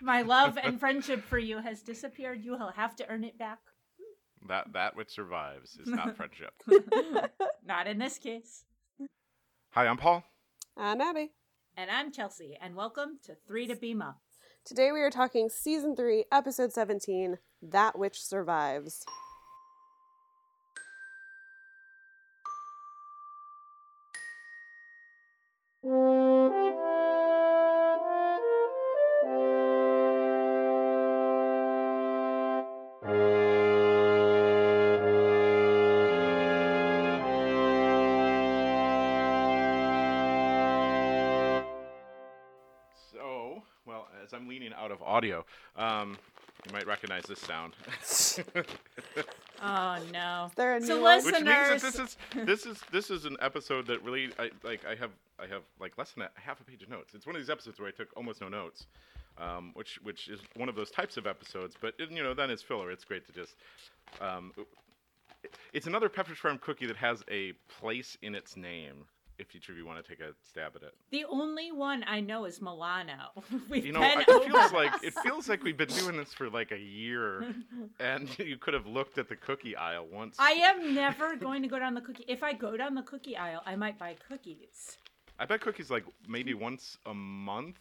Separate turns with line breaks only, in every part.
My love and friendship for you has disappeared. You will have to earn it back.
That that which survives is not friendship.
Not in this case.
Hi, I'm Paul.
I'm Abby.
And I'm Chelsea, and welcome to Three to Beam Up.
Today we are talking season 3, episode 17, That Which Survives.
So, well, as I'm leaning out of audio, um, you might recognize this sound,
Oh no.
There are
So
new
let's-
which means that this
Listeners.
is this is this is an episode that really I like. I have I have like less than a half a page of notes. It's one of these episodes where I took almost no notes, um, which which is one of those types of episodes. But you know, then it's filler. It's great to just. Um, it's another Pepperidge Farm cookie that has a place in its name. If each of you want to take a stab at it.
The only one I know is Milano. We've
You know,
been
I- it
over
feels like it feels like we've been doing this for like a year, and you could have looked at the cookie aisle once.
I am never going to go down the cookie. If I go down the cookie aisle, I might buy cookies.
I bet cookies like maybe once a month,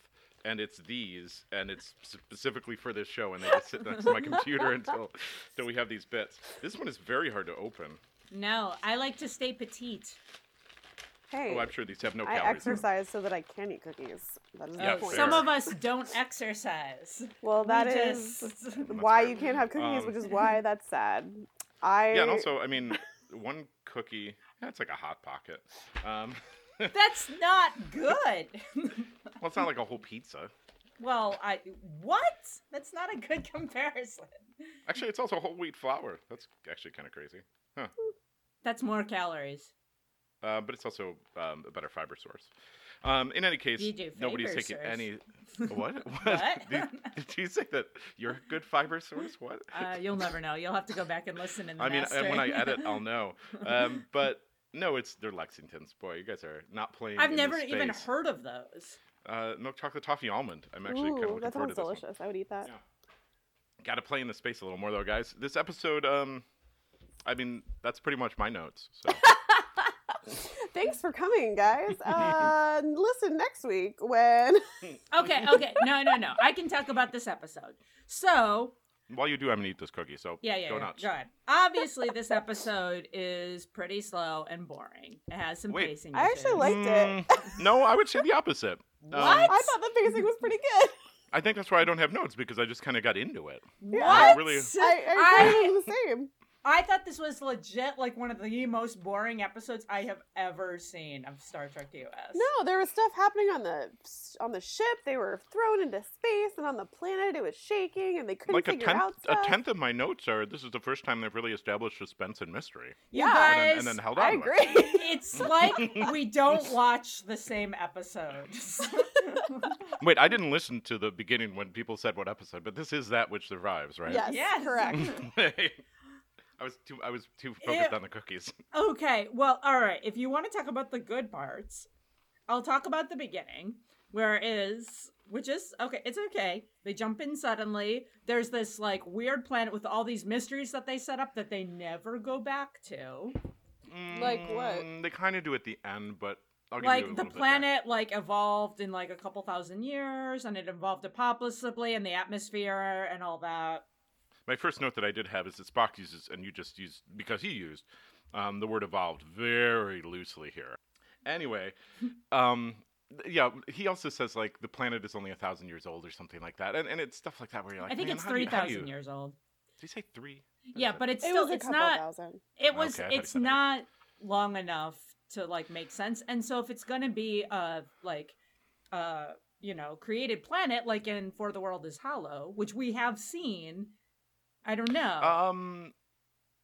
and it's these, and it's specifically for this show, and they just sit next to my computer until until we have these bits. This one is very hard to open.
No, I like to stay petite.
Hey,
Oh, I'm sure these have no
I
calories. in them.
exercise so that I can eat cookies. That is
Yeah,
the point.
fair.
Oh, Some of us don't exercise.
well,
We
that is
just-
why
fair.
you can't have cookies,
Um,
which is why that's sad. I
Yeah, and also, I mean, one cookie that's like a hot pocket. Um, well,
That's not good.
it's not like a whole pizza.
well, I what? That's not a good comparison.
Actually, it's also whole wheat flour. That's actually kind of crazy.
That's more calories.
Uh, but it's also um, a better fiber source. Um, in any case,
You do
nobody's
fiber
taking
source.
any. What? What?
What?
did, did you say that you're a good fiber source? What?
Uh, you'll never know. You'll have to go back and listen. In the
I mean, and when I
mastering.
edit, I'll know. Um, but no, it's they're Lexingtons. Boy, you guys are not playing.
I've
in
never
this
even
space.
heard of those.
Uh, milk chocolate toffee almond. I'm actually kind of
Ooh,
looking
that
forward
sounds
to this. one.
delicious. I would eat that.
Yeah. Got to play in the space a little more, though, guys. This episode, um, I mean, that's pretty much my notes. So.
Thanks for coming, guys. Uh, listen next week when
Okay, okay, no, no, no. I can talk about this episode. So,
While you do, I'm gonna eat this cookie. So
yeah, yeah,
go
yeah,
nuts.
go ahead. Obviously, this episode is pretty slow and boring. It has some
Wait,
pacing.
I actually
issues.
like- Liked
Mm, no, I would say the opposite.
What?
I thought the biggest thing was pretty good.
I think that's why I don't have notes because I just kind of got into it.
what?
really-
I, I, kind of did the same.
I thought this was legit, like one of the most boring episodes I have ever seen of Star Trek US.
No, there was stuff happening on the on the ship. They were thrown into space, and on the planet, it was shaking, and they couldn't
Like a
figure
tenth,
out
a
stuff.
tenth of my notes are. This is the first time they've really established suspense and mystery,
you
Yeah.
and,
guys,
then, and then held on.
I
to it.
agree.
it's like we don't watch the same episode.
Wait, I didn't listen to the beginning when people said what episode, but this is that which survives, right?
Yes,
Yes.
correct.
I was too. I was too focused on the cookies.
Okay, well, all right. If you want to talk about the good parts, I'll talk about the beginning, where it is which is okay, it's okay. They jump in suddenly. There's this like weird planet with all these mysteries that they set up that they never go back to.
Like what?
Mm, They kind of do at the end, but I'll give you a
Like the
little bit there.
planet like evolved in like a couple thousand years and it evolved apocalyptically and the atmosphere and all that.
My first note that I did have is that Spock uses, and you just used because he used, um, the word evolved very loosely here. Anyway, um, th- yeah, he also says like the planet is only a thousand years old or something like that, and, and it's stuff like that where you're like,
I think
"Man,
it's
how do you- how do
3000
you-"
years old.
Did he say three?
Yeah, but it's
It
still
was a
it's
couple
not
thousand.
it was
Okay, I thought you
it's
said eight.
not long enough to like make sense and so if it's gonna be uh like uh you know created planet like in for the world is hollow which we have seen i don't know
um,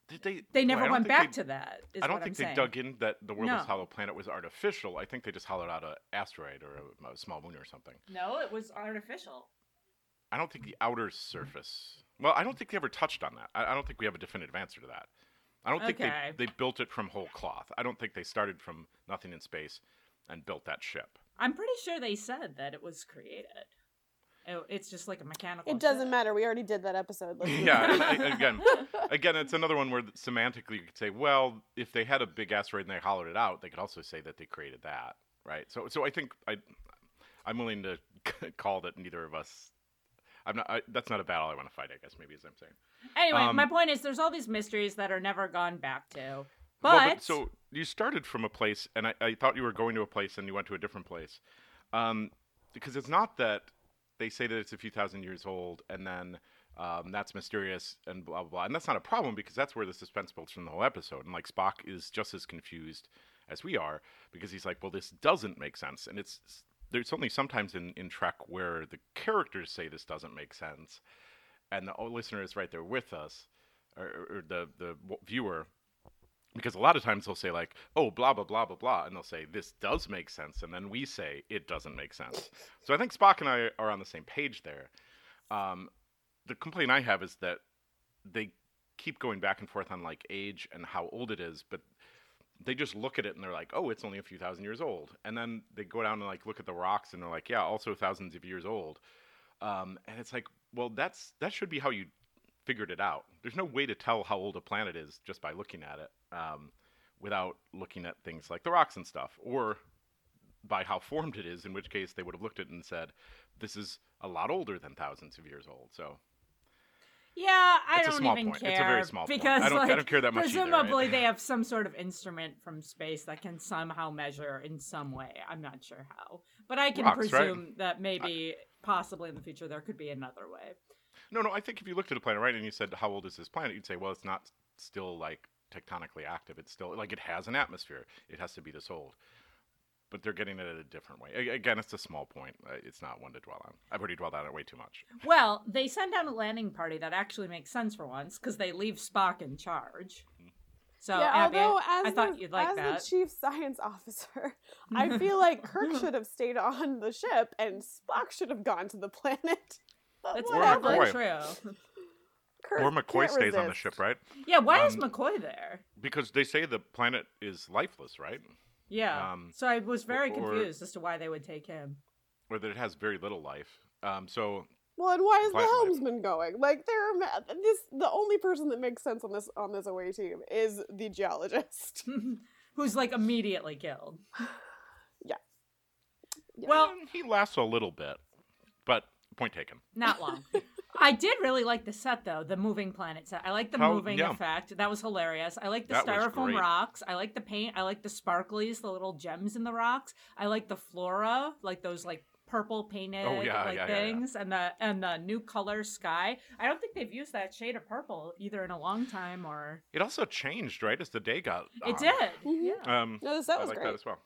did they?
Oh. they
no, I
never
don't
went
think they-
back to that is
I don't
what I'm
think they
saying.
dug in that the world
No.
is hollow planet was artificial. I think they just hollowed out an asteroid or a, a small moon or something.
no it was artificial
I don't think the outer surface. Well, I don't think they ever touched on that. I, I don't think we have a definitive answer to that. I don't think
Okay.
they, they built it from whole cloth. I don't think they started from nothing in space and built that ship.
i'm pretty sure they said that it was created It- It's just like a mechanical.
It doesn't matter. We already did that episode. Let's move
yeah,
on.
and I- again, again, it's another one where semantically you could say, well, if they had a big asteroid and they hollowed it out, they could also say that they created that, right? So, so I think I, I'm willing to call that neither of us. I'm not. I, that's not a battle I want to fight. I guess maybe is what I'm saying.
Anyway,
Um,
my point is, there's all these mysteries that are never gone back to.
Well,
But,
so you started from a place, and I, I thought you were going to a place, and you went to a different place, um, because it's not that they say that it's a few thousand years old, and then um, that's mysterious and blah blah blah, and that's not a problem because that's where the suspense builds from the whole episode, and like Spock is just as confused as we are because he's like, well, this doesn't make sense, and it's there's only sometimes in in Trek where the characters say this doesn't make sense, and the oh, listener is right there with us, or, or the the viewer because a lot of times they'll say like oh blah blah blah blah blah and they'll say this does make sense and then we say it doesn't make sense so i think spock and i are on the same page there um, the complaint i have is that they keep going back and forth on like age and how old it is but they just look at it and they're like oh it's only a few thousand years old and then they go down and like look at the rocks and they're like yeah also thousands of years old um, and it's like well that's that should be how you figured it out. There's no way to tell how old a planet is just by looking at it, um, without looking at things like the rocks and stuff, or by how formed it is. In which case, they would have looked at it and said, "This is a lot older than thousands of years old." So
yeah, I
it's a
don't
small
even
point.
care.
It's a very small point.
because,
I don't- I
like,
don't care that much either, right?
Presumably, they have some sort of instrument from space that can somehow measure in some way. I'm not sure how, but I can
Rocks, right?
presume that maybe, possibly in the future, there could be another way.
No, no. I think if you looked at a planet, right, and you said, "How old is this planet?" you'd say, "Well, it's not still like tectonically active. It's still like it has an atmosphere. It has to be this old." But they're getting it at a different way. A- Again, it's a small point. Uh, It's not one to dwell on. I've already dwelled on it way too much.
Well, they send out a landing party that actually makes sense for once because they leave Spock in charge. So,
yeah,
Abby,
although as,
I thought
the,
you'd like
as
that.
the chief science officer, I feel like Kirk should have stayed on the ship and Spock should have gone to the planet. But
that's
Or
probably
McCoy.
true.
Kirk
or McCoy
can't
stays on the
resist.
ship, right?
Yeah, why is
Um,
McCoy there?
Because they say the planet is lifeless, right?
Yeah.
um,
so I was very
or-
confused as to why they would take him.
Or that it has very little life. Um, so
Well, and why is
Planet
the
life.
helmsman going? Like, there are ma- this. The only person that makes sense on this on this away team is the geologist.
Who's like immediately killed.
Yeah.
Well,
um, he lasts a little bit, but point taken.
not long. I did really like the set though, the moving planet set. I like the
How-
moving
yeah.
effect. That was hilarious. I like the
That was
styrofoam
great.
rocks. I like the paint. I like the sparklies, the little gems in the rocks. I like the flora, like those like purple painted
Oh, yeah,
like
yeah, yeah, yeah.
things and the and the new color sky. I don't think they've used that shade of purple either in a long time or
It also changed, right, as the day got.
it
on.
did.
Mhm.
Yeah.
Um,
No, this, that
I
was
like
great.
that as well.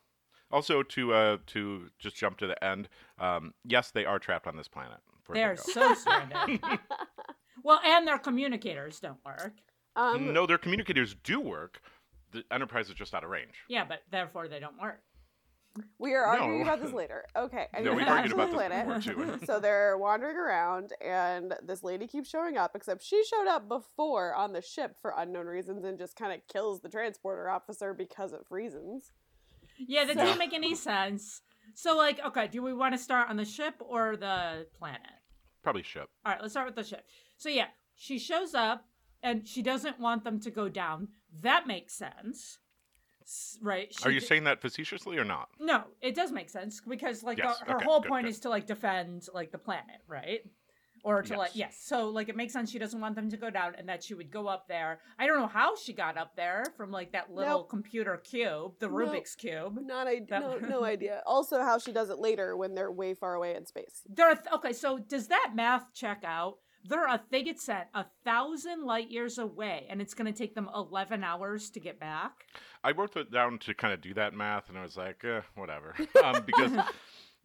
Also, to uh, to just jump to the end. Um, yes, they are trapped on this planet. For
They are
Django.
so stranded. well, and their communicators don't work.
Um,
no, their communicators do work. The Enterprise is just out of range.
Yeah, but therefore they don't work.
we are arguing
no.
about this later. Okay, and
No,
you're
we've
back
argued
to the
about this
planet.
before too.
so they're wandering around and this lady keeps showing up except she showed up before on the ship for unknown reasons and just kind of kills the transporter officer because of reasons
Yeah, that
So-
didn't make any sense. So, like, okay, do we want to start on the ship or the planet?
Probably ship.
All right, let's start with the ship. So, yeah, she shows up and she doesn't want them to go down. That makes sense, S- right? She
Are you
d-
saying that facetiously or not?
No, it does make sense because, like,
Yes,
the, her
okay,
whole
good,
point
good.
is to like defend like the planet, right? Or to like yes, so like it makes sense she doesn't want them to go down and that she would go up there. I don't know how she got up there from like that little
Nope.
computer cube, the
Nope.
Rubik's cube.
not I
That-
no, no idea also how she does it later when they're way far away in space
There are th- okay. So does that math check out? They're a they get sent a thousand light years away, and it's going to take them eleven hours to get back.
I wrote that down to kind of do that math, and I was like, eh, whatever, um, because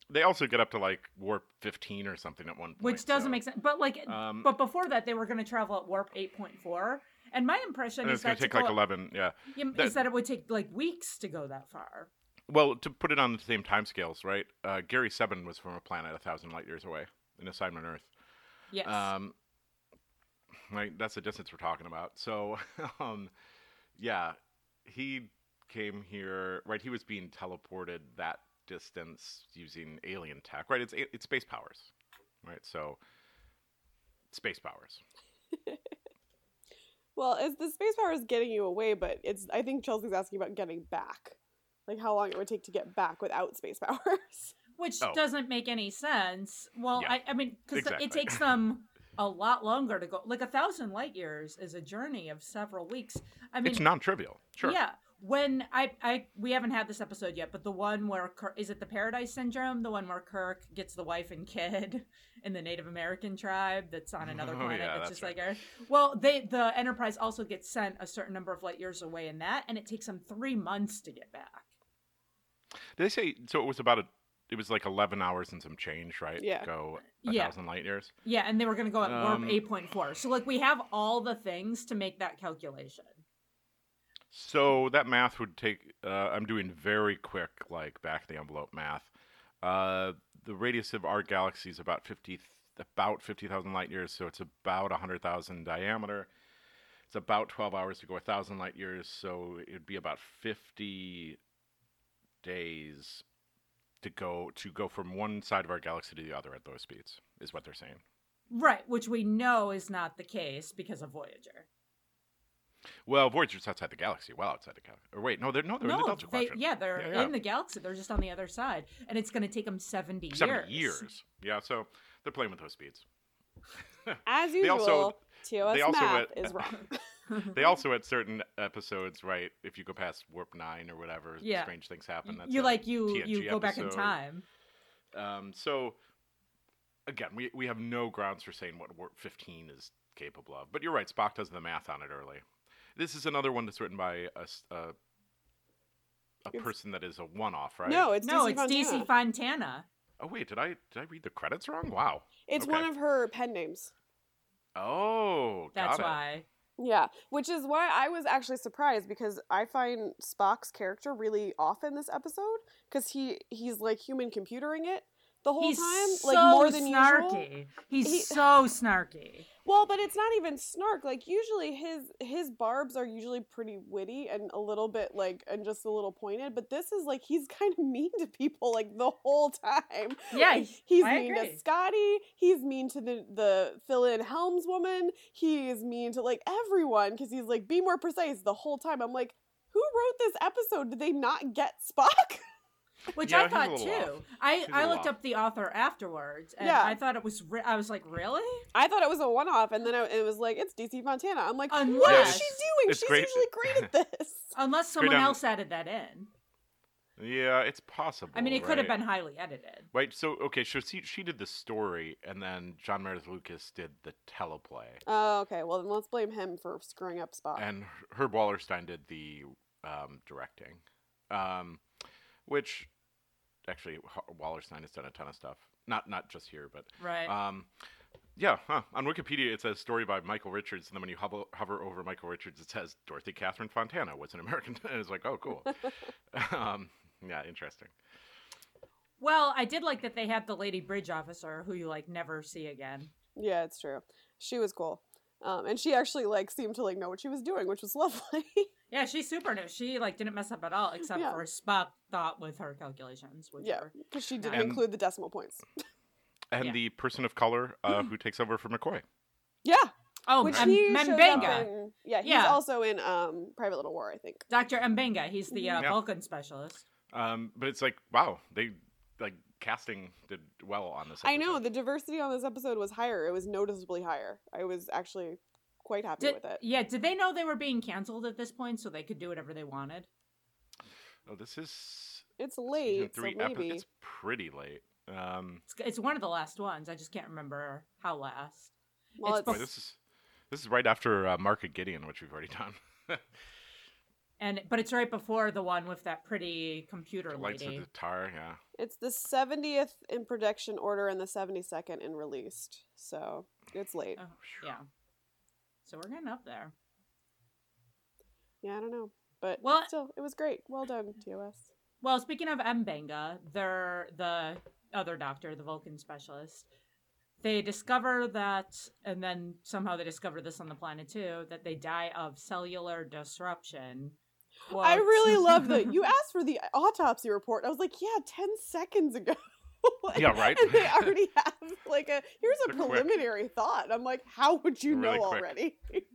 they also get up to like warp 15 or something at one point,
Which doesn't
so-
make sense. But like,
Um,
but before that, they were going to travel at warp eight point four. And my impression
and
is
it's going
that
to take
to
like
go-
11. Yeah.
yeah, is
that-
that it would take like weeks to go that far.
Well, to put it on the same time scales, right? Uh, Gary Seven was from a planet a thousand light years away, an assignment Earth.
Yes.
Um, right, that's the distance we're talking about. So, um, yeah, he came here. Right, he was being teleported that distance using alien tech. Right, it's a- it's space powers. right? So, space powers.
Well, it's the space power is getting you away, but it's I think Chelsea's asking about getting back. Like how long it would take to get back without space powers.
which
Oh.
doesn't make any sense. Well,
Yeah,
I, I mean, because
exactly.
it takes them a lot longer to go. Like a thousand light years is a journey of several weeks. I mean,
it's non-trivial. Sure.
yeah. When I, I, we haven't had this episode yet, but the one where Kirk, is it the Paradise Syndrome? The one where Kirk gets the wife and kid in the Native American tribe that's on another
Oh,
planet
yeah,
that's
that's
just
right.
like Earth. Well, they, the Enterprise also gets sent a certain number of light years away in that, and it takes them three months to get back.
Did they say so? It was about a. It was like eleven hours and some change, right? to
Yeah.
go a
Yeah.
thousand light years.
Yeah, and they were going to go at
Um,
warp 8.4. So, like, we have all the things to make that calculation.
So that math would take. Uh, I'm doing very quick, like back the envelope math. Uh, the radius of our galaxy is about fifty, about fifty thousand light years. So it's about hundred thousand diameter. It's about twelve hours to go a thousand light years. So it'd be about fifty days to go to go from one side of our galaxy to the other at those speeds. Is what they're saying.
Right, which we know is not the case because of Voyager.
Well, Voyager's outside the galaxy. Well, outside the galaxy. Or wait, no, they're no, they're in the
no,
Delta
they,
Quadrant.
yeah, they're
Yeah, yeah.
in the galaxy. They're just on the other side. And it's going to take them 70 years.
Seventy years. Yeah, so they're playing with those speeds.
As usual,
also-
TOS
they also
math
went-
is wrong.
they also at certain episodes, right? If you go past warp nine or whatever,
Yeah.
strange things happen. That's
you
a
like you
TNG
you go back in
episode.
time.
Um, so again, we we have no grounds for saying what warp fifteen is capable of. But you're right, Spock does the math on it early. This is another one that's written by a s- a- a
It's-
person that is a one-off, right?
No, it's
no,
DC
it's
Fontana.
DC Fontana.
Oh wait, did I did I read the credits wrong? Wow.
It's
Okay.
one of her pen names.
Oh,
That's
got it.
why.
Yeah, which is why I was actually surprised because I find Spock's character really off in this episode because he he's like human computering it the whole
He's
time,
so
like more than usual.
snarky. He's
He-
so snarky.
Well, but it's not even snark. Like usually his his barbs are usually pretty witty and a little bit like and just a little pointed, but this is like he's kind of mean to people like the whole time.
Yeah,
Like, he's
I
mean
agree.
to Scotty, he's mean to the the fill-in Helms woman, he's mean to like everyone cuz he's like be more precise the whole time. I'm like who wrote this episode? Did they not get Spock?
which
Yeah,
I
he's a
thought
little
too.
off.
I
He's a
I
little
looked
off.
up the author afterwards, and
Yeah.
I thought it was. Re- I was like, really?
I thought it was a one-off, and then I, it was like it's DC Montana. I'm like, what is
Unless-
she doing?
It's
She's
great-
usually great at this.
Unless someone
down-
else added that in.
Yeah, it's possible.
I mean, it could
right?
have been highly edited.
Right. So okay, so she she did the story, and then John Meredith Lucas did the teleplay,
Oh, okay. Well, then let's blame him for screwing up Spock.
and Herb Wallerstein did the um, directing, um, which actually H- Wallerstein has done a ton of stuff. Not not just here, but
Right.
um, yeah. Huh. On Wikipedia, it says story by Michael Richards, and then when you hover, hover over Michael Richards, it says Dorothy Catherine Fontana was an American. and it's like, oh, cool. um, yeah, interesting.
well, I did like that they had the lady bridge officer who you like never see again.
yeah, it's true. She was cool. Um, and she actually like seemed to like know what she was doing, which was lovely.
Yeah, she's super new. She like didn't mess up at all, except
Yeah.
for Spock thought with her calculations. Which
yeah,
were-
because she didn't
And-
include the decimal points.
And
Yeah.
the person of color uh, who takes over for McCoy.
Yeah,
Oh,
which
M-
he shows up
Mbenga,
in- yeah, he's
Yeah.
also in um, Private Little War, I think.
Doctor Mbenga. He's the uh,
Mm-hmm. Yeah.
Vulcan specialist.
Um, but it's like, wow, they like casting did well on this.
I know
episode.
the diversity on this episode was higher. It was noticeably higher. I was actually quite happy
Did,
with it.
yeah, did they know they were being canceled at this point, so they could do whatever they wanted?
Oh, this is
It's
season
late, so
three. epi-
maybe.
it's pretty late. Um,
It's, it's one of the last ones. I just can't remember how last.
well,
it's
it's,
boy, this is this is right after uh, Mark of Gideon, which we've already done.
And but it's right before the one with that pretty computer
Lights of
lady.
the Tar. Yeah,
it's the seventieth in production order and the seventy-second in released. So it's late.
Oh, yeah. So we're getting up there.
Yeah, I don't know. But
Well-
still, it was great. Well done, TOS.
Well, speaking of Mbenga, they're the other doctor, the Vulcan specialist. They discover that, and then somehow they discover this on the planet too, that they die of cellular disruption.
I
Quote.
really love that. You asked for the autopsy report. I was like, yeah, 10 seconds ago. Like,
Yeah, right?
And they already have like a here's a
They're quick.
preliminary thought. I'm like, how would you
Really
know
quick.
already?
It-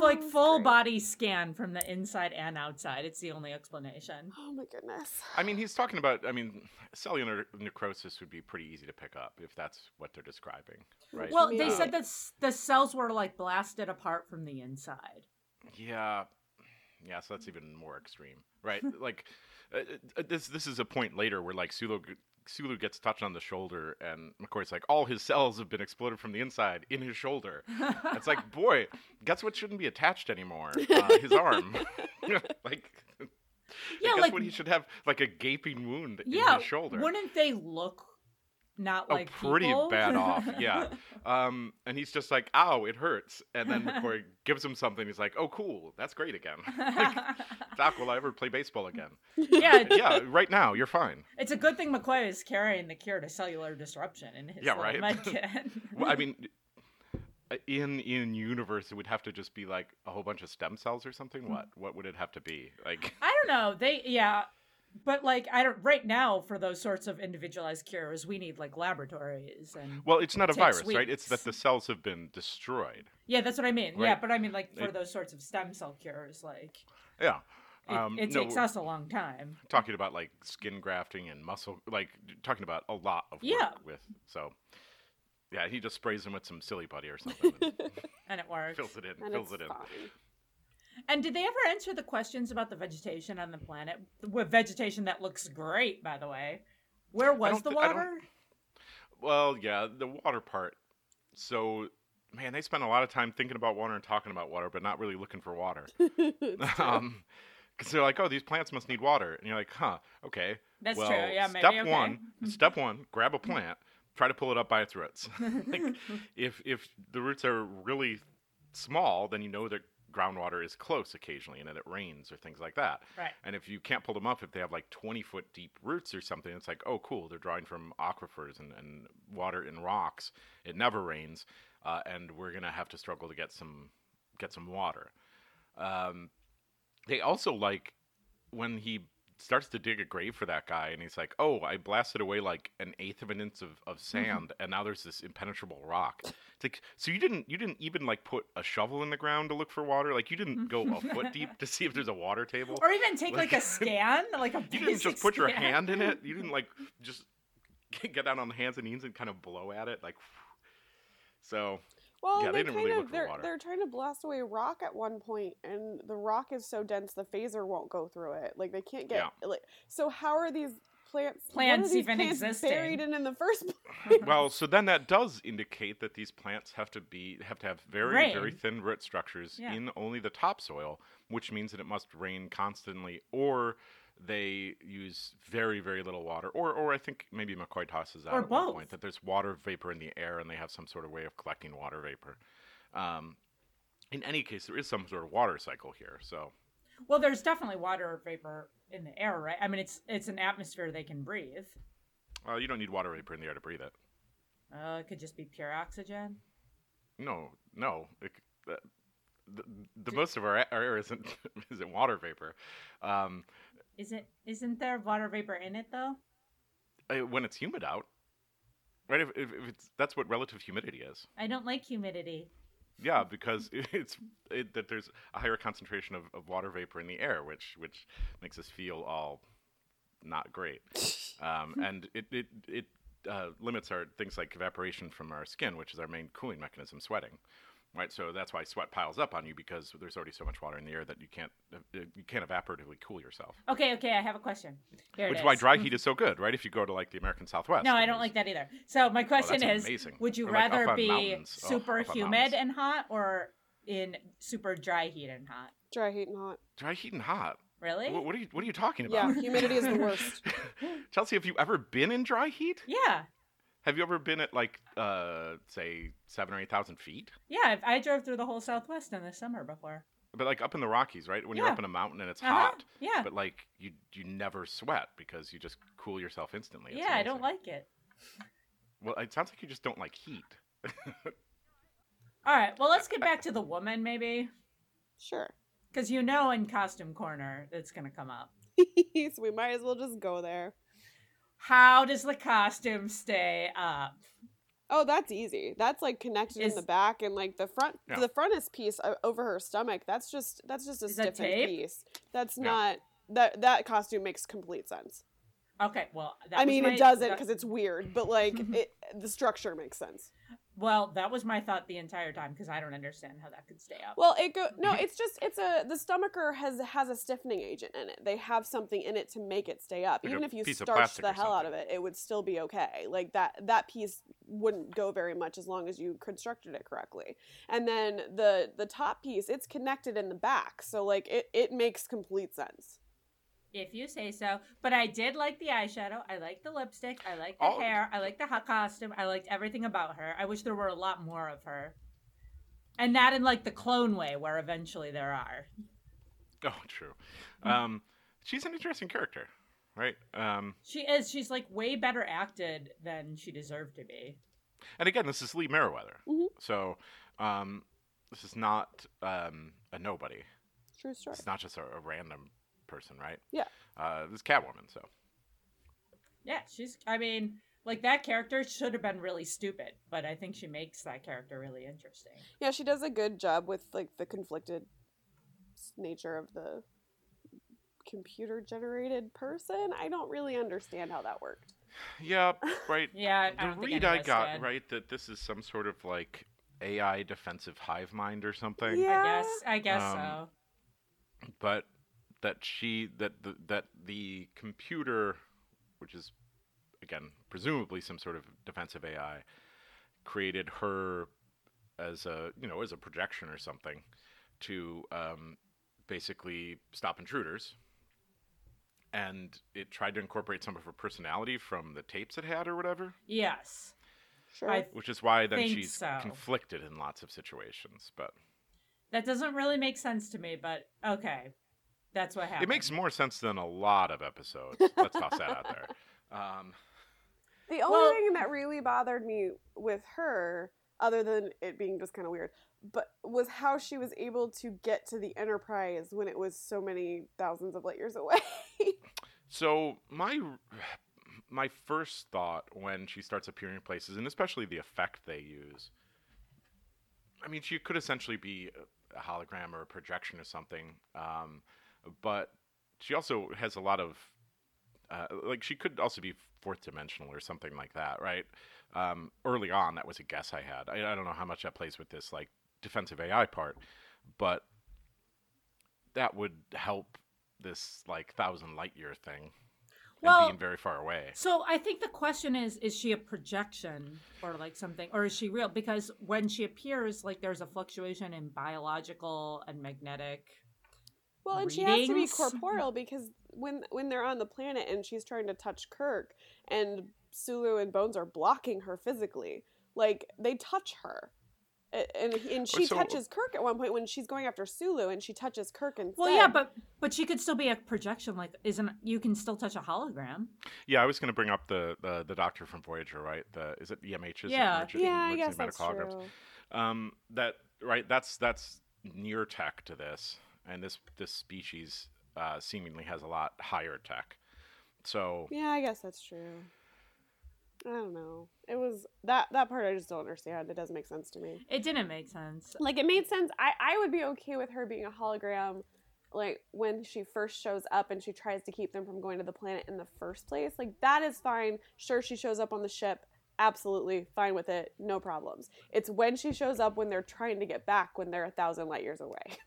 like full body scan from the inside and outside. It's the only explanation.
Oh my goodness.
I mean, he's talking about. I mean, cellular necrosis would be pretty easy to pick up if that's what they're describing, right?
Well, they
Yeah.
said that s- the cells were like blasted apart from the inside.
Yeah, yeah. So that's even more extreme, right? like, uh, uh, this this is a point later where like Sulu g- Sulu gets touched on the shoulder, and McCoy's like, all his cells have been exploded from the inside in his shoulder. it's like, boy, guess what shouldn't be attached anymore? Uh, his arm. like,
Yeah,
guess
like-
what he should have like a gaping wound in
yeah,
his shoulder.
wouldn't they look not
Oh,
like
pretty
people?
bad off, yeah. Um, and he's just like, ow, it hurts. And then McCoy gives him something. He's like, oh, cool. That's great again. Like, Doc, will I ever play baseball again?
yeah,
yeah, right now, you're fine.
it's a good thing McCoy is carrying the cure to cellular disruption in his
Yeah,
little
right.
med kit.
Well, I mean, in in universe, it would have to just be like a whole bunch of stem cells or
Mm.
something. What what would it have to be? Like,
I don't know. They yeah, but like I don't right now for those sorts of individualized cures, we need like laboratories and
well, it's not a
Takes
virus, right? It's
weeks.
that the cells have been destroyed.
yeah, that's what I mean. Yeah,
Right.
but I mean like for
It-
those sorts of stem cell cures, like
Yeah.
it,
Um,
it
no,
takes us a long time.
talking about like skin grafting and muscle, like talking about a lot of work
Yeah.
with. So, yeah, he just sprays him with some silly putty or something,
And it
and
works.
fills it in,
And
fills
it's
it in.
fine.
And did they ever answer the questions about the vegetation on the planet? With vegetation that looks great, by the way. Where was
don't
the
thi- I don't-
water?
Well, yeah, the water part. So, man, they spent a lot of time thinking about water and talking about water, but not really looking for water. um, because they're like, oh, these plants must need water, and you're like, huh, okay.
That's
well,
true. Yeah, maybe.
step
okay. Mm-hmm.
one, step one, grab a plant, try to pull it up by its roots. like, if if the roots are really small, then you know that groundwater is close occasionally, and that it rains or things like that.
Right.
And if you can't pull them up, if they have like 20 foot deep roots or something, it's like, oh, cool, they're drawing from aquifers and, and water in rocks. It never rains, uh, and we're gonna have to struggle to get some get some water. Um, they also like when he starts to dig a grave for that guy, and he's like, oh, I blasted away like an eighth of an inch of, of sand, and now there's this impenetrable rock. It's like, so you didn't you didn't even like put a shovel in the ground to look for water, like you didn't go a foot deep to see if there's a water table.
Or even take like, a
Like-
scan, like a
You didn't
basic
just put your
scan.
hand in it. You didn't like just get down on the hands and knees and kind of blow at it, like. So
Well,
Yeah, they
they,
didn't
kind
really look
of
for
they're,
water.
they're trying to blast away rock at one point, and the rock is so dense the phaser won't go through it. Like they can't get like. So how are these plants? what are
Plants
these
even
plants
existing?
Buried in in the first. place?
well, so then that does indicate that these plants have to be have to have very very
Rain.
thin root structures
Yeah.
in only the topsoil, which means that it must rain constantly, or they use very very little water, or or I think maybe McCoy tosses out
Or
at one
both.
point that there's water vapor in the air and they have some sort of way of collecting water vapor. Um, in any case, there is some sort of water cycle here, so.
Well, there's definitely water vapor in the air, right? I mean, it's it's an atmosphere they can breathe.
Uh, you don't need water vapor in the air to breathe it.
Uh, it could just be pure oxygen.
No, no. It, c- the the, the most of our a- our air isn't isn't water vapor. Um,
Is it? Isn't there water vapor in it though?
uh, when it's humid out, right? If, if, if it's that's what relative humidity is.
I don't like humidity.
Yeah, because it- it's it, that there's a higher concentration of, of water vapor in the air, which which makes us feel all not great, um, and it it it uh, limits our things like evaporation from our skin, which is our main cooling mechanism, sweating. Right, so that's why sweat piles up on you because there's already so much water in the air that you can't uh, you can't evaporatively cool yourself.
Okay, okay, I have a question. Here it
Which is why
is. Mm-hmm.
dry heat is so good, right? If you go to like the American Southwest,
No, I
and
don't like
there's-
that either. So my question is:
Oh, amazing.
Would you
Or, like, up
rather
on
be
mountains. Oh,
super
up on
humid
mountains.
and hot, or in super dry heat and hot?
Dry heat and hot.
dry heat and hot.
Really?
Wh- What, are you What are you talking
Yeah,
about?
humidity is the worst.
Chelsea, have you ever been in dry heat?
yeah,
Have you ever been at like, uh, say, seven or eight thousand feet?
yeah. I I drove through the whole Southwest in the summer before.
But like up in the Rockies, right? When you're
Yeah.
up in a mountain and it's
Uh-huh,
hot,
Yeah,
but like you you never sweat because you just cool yourself instantly. It's
yeah. I don't
amazing.
like it.
Well, it sounds like you just don't like heat.
All right. Well, let's get back to the woman, maybe,
Sure.
because you know, in costume corner, it's gonna come up.
so we might as well just go there.
How does the costume stay up?
Oh, that's easy. That's like connected
Is-
in the back and like the front.
Yeah.
The frontist piece o- over her stomach. That's just that's just a
Is that
stiffened
tape?
piece. That's
Yeah.
not that that costume makes complete sense.
Okay, well, that
I
was
mean,
my-
it doesn't
that-
because it's weird, but like it, the structure makes sense.
well, that was my thought the entire time because I don't understand how that could stay up.
Well, it go no. It's just it's a the stomacher has has a stiffening agent in it. They have something in it to make it stay up.
Like a
Even if you
piece of
starch
plastic
the
or
hell out of it, it would still be okay. Like that that piece wouldn't go very much as long as you constructed it correctly. And then the the top piece, it's connected in the back, so like it it makes complete sense.
if you say so. But I did like the eyeshadow. I liked the lipstick. I liked the
All-
hair. I liked the hot costume. I liked everything about her. I wish there were a lot more of her. And not in like the clone way where eventually there are.
Oh, true.
Mm.
Um, she's an interesting character, right? Um,
She is. She's like way better acted than she deserved to be.
and again, this is Lee Meriwether,
Mm-hmm.
Mhm.
so um, this is not um, a nobody.
True story.
It's not just a, a random person, right?
Yeah.
Uh, this is Catwoman, so
Yeah, she's, I mean, like that character should have been really stupid, but I think she makes that character really interesting.
Yeah, she does a good job with like the conflicted s- nature of the computer generated person. I don't really understand how that worked.
yeah, right.
Yeah, I
the
don't think any
read I
of us
got
did.
right that this is some sort of like AI defensive hive mind or something,
Yeah.
I guess, I guess
Um,
so.
but that she that the, that the computer, which is again presumably some sort of defensive AI, created her as a you know as a projection or something to um, basically stop intruders. And it tried to incorporate some of her personality from the tapes it had or whatever.
Yes.
Sure.
I
which is why then
think
she's
so.
conflicted in lots of situations. But
That doesn't really make sense to me, but okay. That's what happened.
it makes more sense than a lot of episodes. Let's toss that out there. Um,
The only
Well-
thing that really bothered me with her, other than it being just kind of weird, but was how she was able to get to the Enterprise when it was so many thousands of light years away.
so my my first thought when she starts appearing in places, and especially the effect they use. I mean, she could essentially be a hologram or a projection or something, um, but she also has a lot of uh, like she could also be fourth dimensional or something like that, right? Um, early on, that was a guess I had. I, I don't know how much that plays with this like defensive AI part, but that would help this like thousand light year thing
Well-
and being very far away.
So I think the question is: Is she a projection or like something, or is she real? Because when she appears, like there's a fluctuation in biological and magnetic.
well, and she has to be
Readings?
corporeal because when when they're on the planet and she's trying to touch Kirk and Sulu and Bones are blocking her physically, like they touch her. A- And, and she
so-
touches Kirk at one point when she's going after Sulu, and she touches Kirk instead.
Well, yeah, but but she could still be a projection. Like, isn't you can still touch a hologram?
Yeah, I was going to bring up the, the the doctor from Voyager, right? The is it EMHs?
Yeah.
emergency-
yeah, I
emergency
guess that's
medical holograms?
true.
um that right that's that's near tech to this and this this species uh seemingly has a lot higher tech so
Yeah, I guess that's true. I don't know. It was that that part I just don't understand. It doesn't make sense to me.
It didn't make sense.
Like it made sense. I I would be okay with her being a hologram like when she first shows up and she tries to keep them from going to the planet in the first place. Like that is fine. Sure she shows up on the ship. Absolutely fine with it. No problems. It's when she shows up when they're trying to get back when they're a thousand light years away.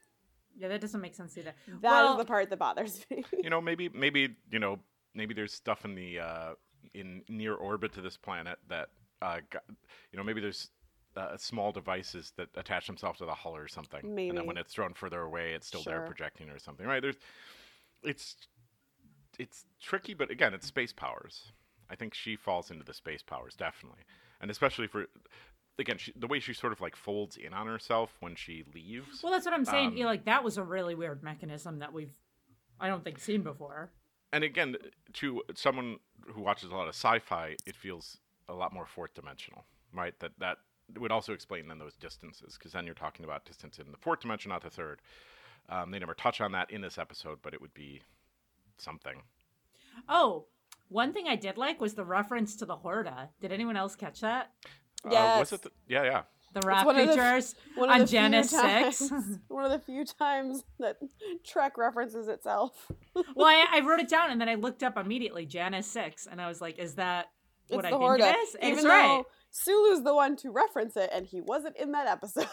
Yeah, that doesn't make sense either.
That is
Well-
the part that bothers me.
you know maybe maybe you know maybe there's stuff in the uh in near orbit to this planet that uh got, you know maybe there's uh, small devices that attach themselves to the hull or something and then when
Maybe.
it's thrown further away it's still there
Sure.
projecting or something right there's it's it's tricky, but again, it's space powers. I think she falls into the space powers definitely, and especially for again she, the way she sort of like folds in on herself when she leaves.
Well, that's what I'm saying.
Um,
yeah, like that was a really weird mechanism that we've, I don't think, seen before.
and again, to someone who watches a lot of sci-fi, it feels a lot more fourth dimensional, right? That that would also explain then those distances, because then you're talking about distance in the fourth dimension, not the third. Um, they never touch on that in this episode, but it would be something.
Oh, One thing I did like was the reference to the Horda. Did anyone else catch that?
Uh,
Yes.
was it the, yeah, yeah.
The rock
one of the-
creatures.
One
On
the few
Janet six.
times- One of the few times that Trek references itself.
well, I, I wrote it down and then I looked up immediately. Janice six, and I was like, "Is that what
it's
I
the
think
Horda.
it is?" And
Even
it's
though
right.
Sulu's the one to reference it, and he wasn't in that episode.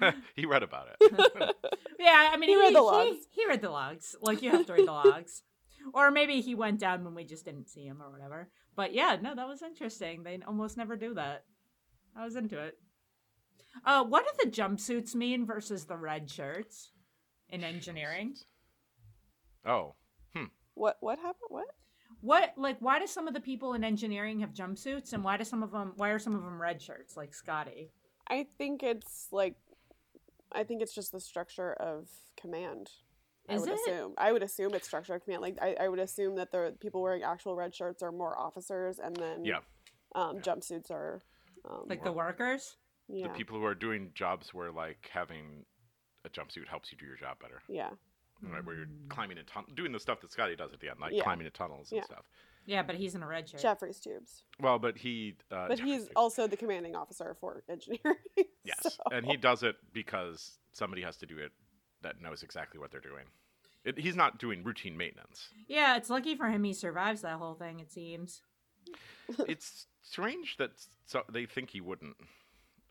he read about it.
Yeah, I mean,
He
he,
read the
he-
logs.
He, read the logs. Like you have to read the logs, or maybe he went down when we just didn't see him or whatever. But yeah, no, that was interesting. They almost never do that. I was into it. Uh, what do the jumpsuits mean versus the red shirts in engineering?
Oh,
what? What happened? What?
What like why do some of the people in engineering have jumpsuits and why do some of them why are some of them red shirts like Scotty?
I think it's like, I think it's just the structure of command. I
Is
would
it?
assume. I would assume it's structure of command. Like I, I would assume that the people wearing actual red shirts are more officers, and then
yeah.
um,
Yeah.
jumpsuits are um,
Like the workers?
yeah,
The people who are doing jobs where like having a jumpsuit helps you do your job better,
yeah.
right? Where you're climbing a tunnel, doing the stuff that Scotty does at the end, like
Mm. Yeah.
climbing in tunnels and
Yeah.
stuff.
Yeah, but he's in a red shirt.
Jeffrey's tubes,
Well, but he, uh,
but
yeah,
he's
like-
also the commanding officer for engineering.
yes,
so-
and he does it because somebody has to do it that knows exactly what they're doing. It, he's not doing routine maintenance.
Yeah, it's lucky for him he survives that whole thing, it seems.
it's strange that so- they think he wouldn't,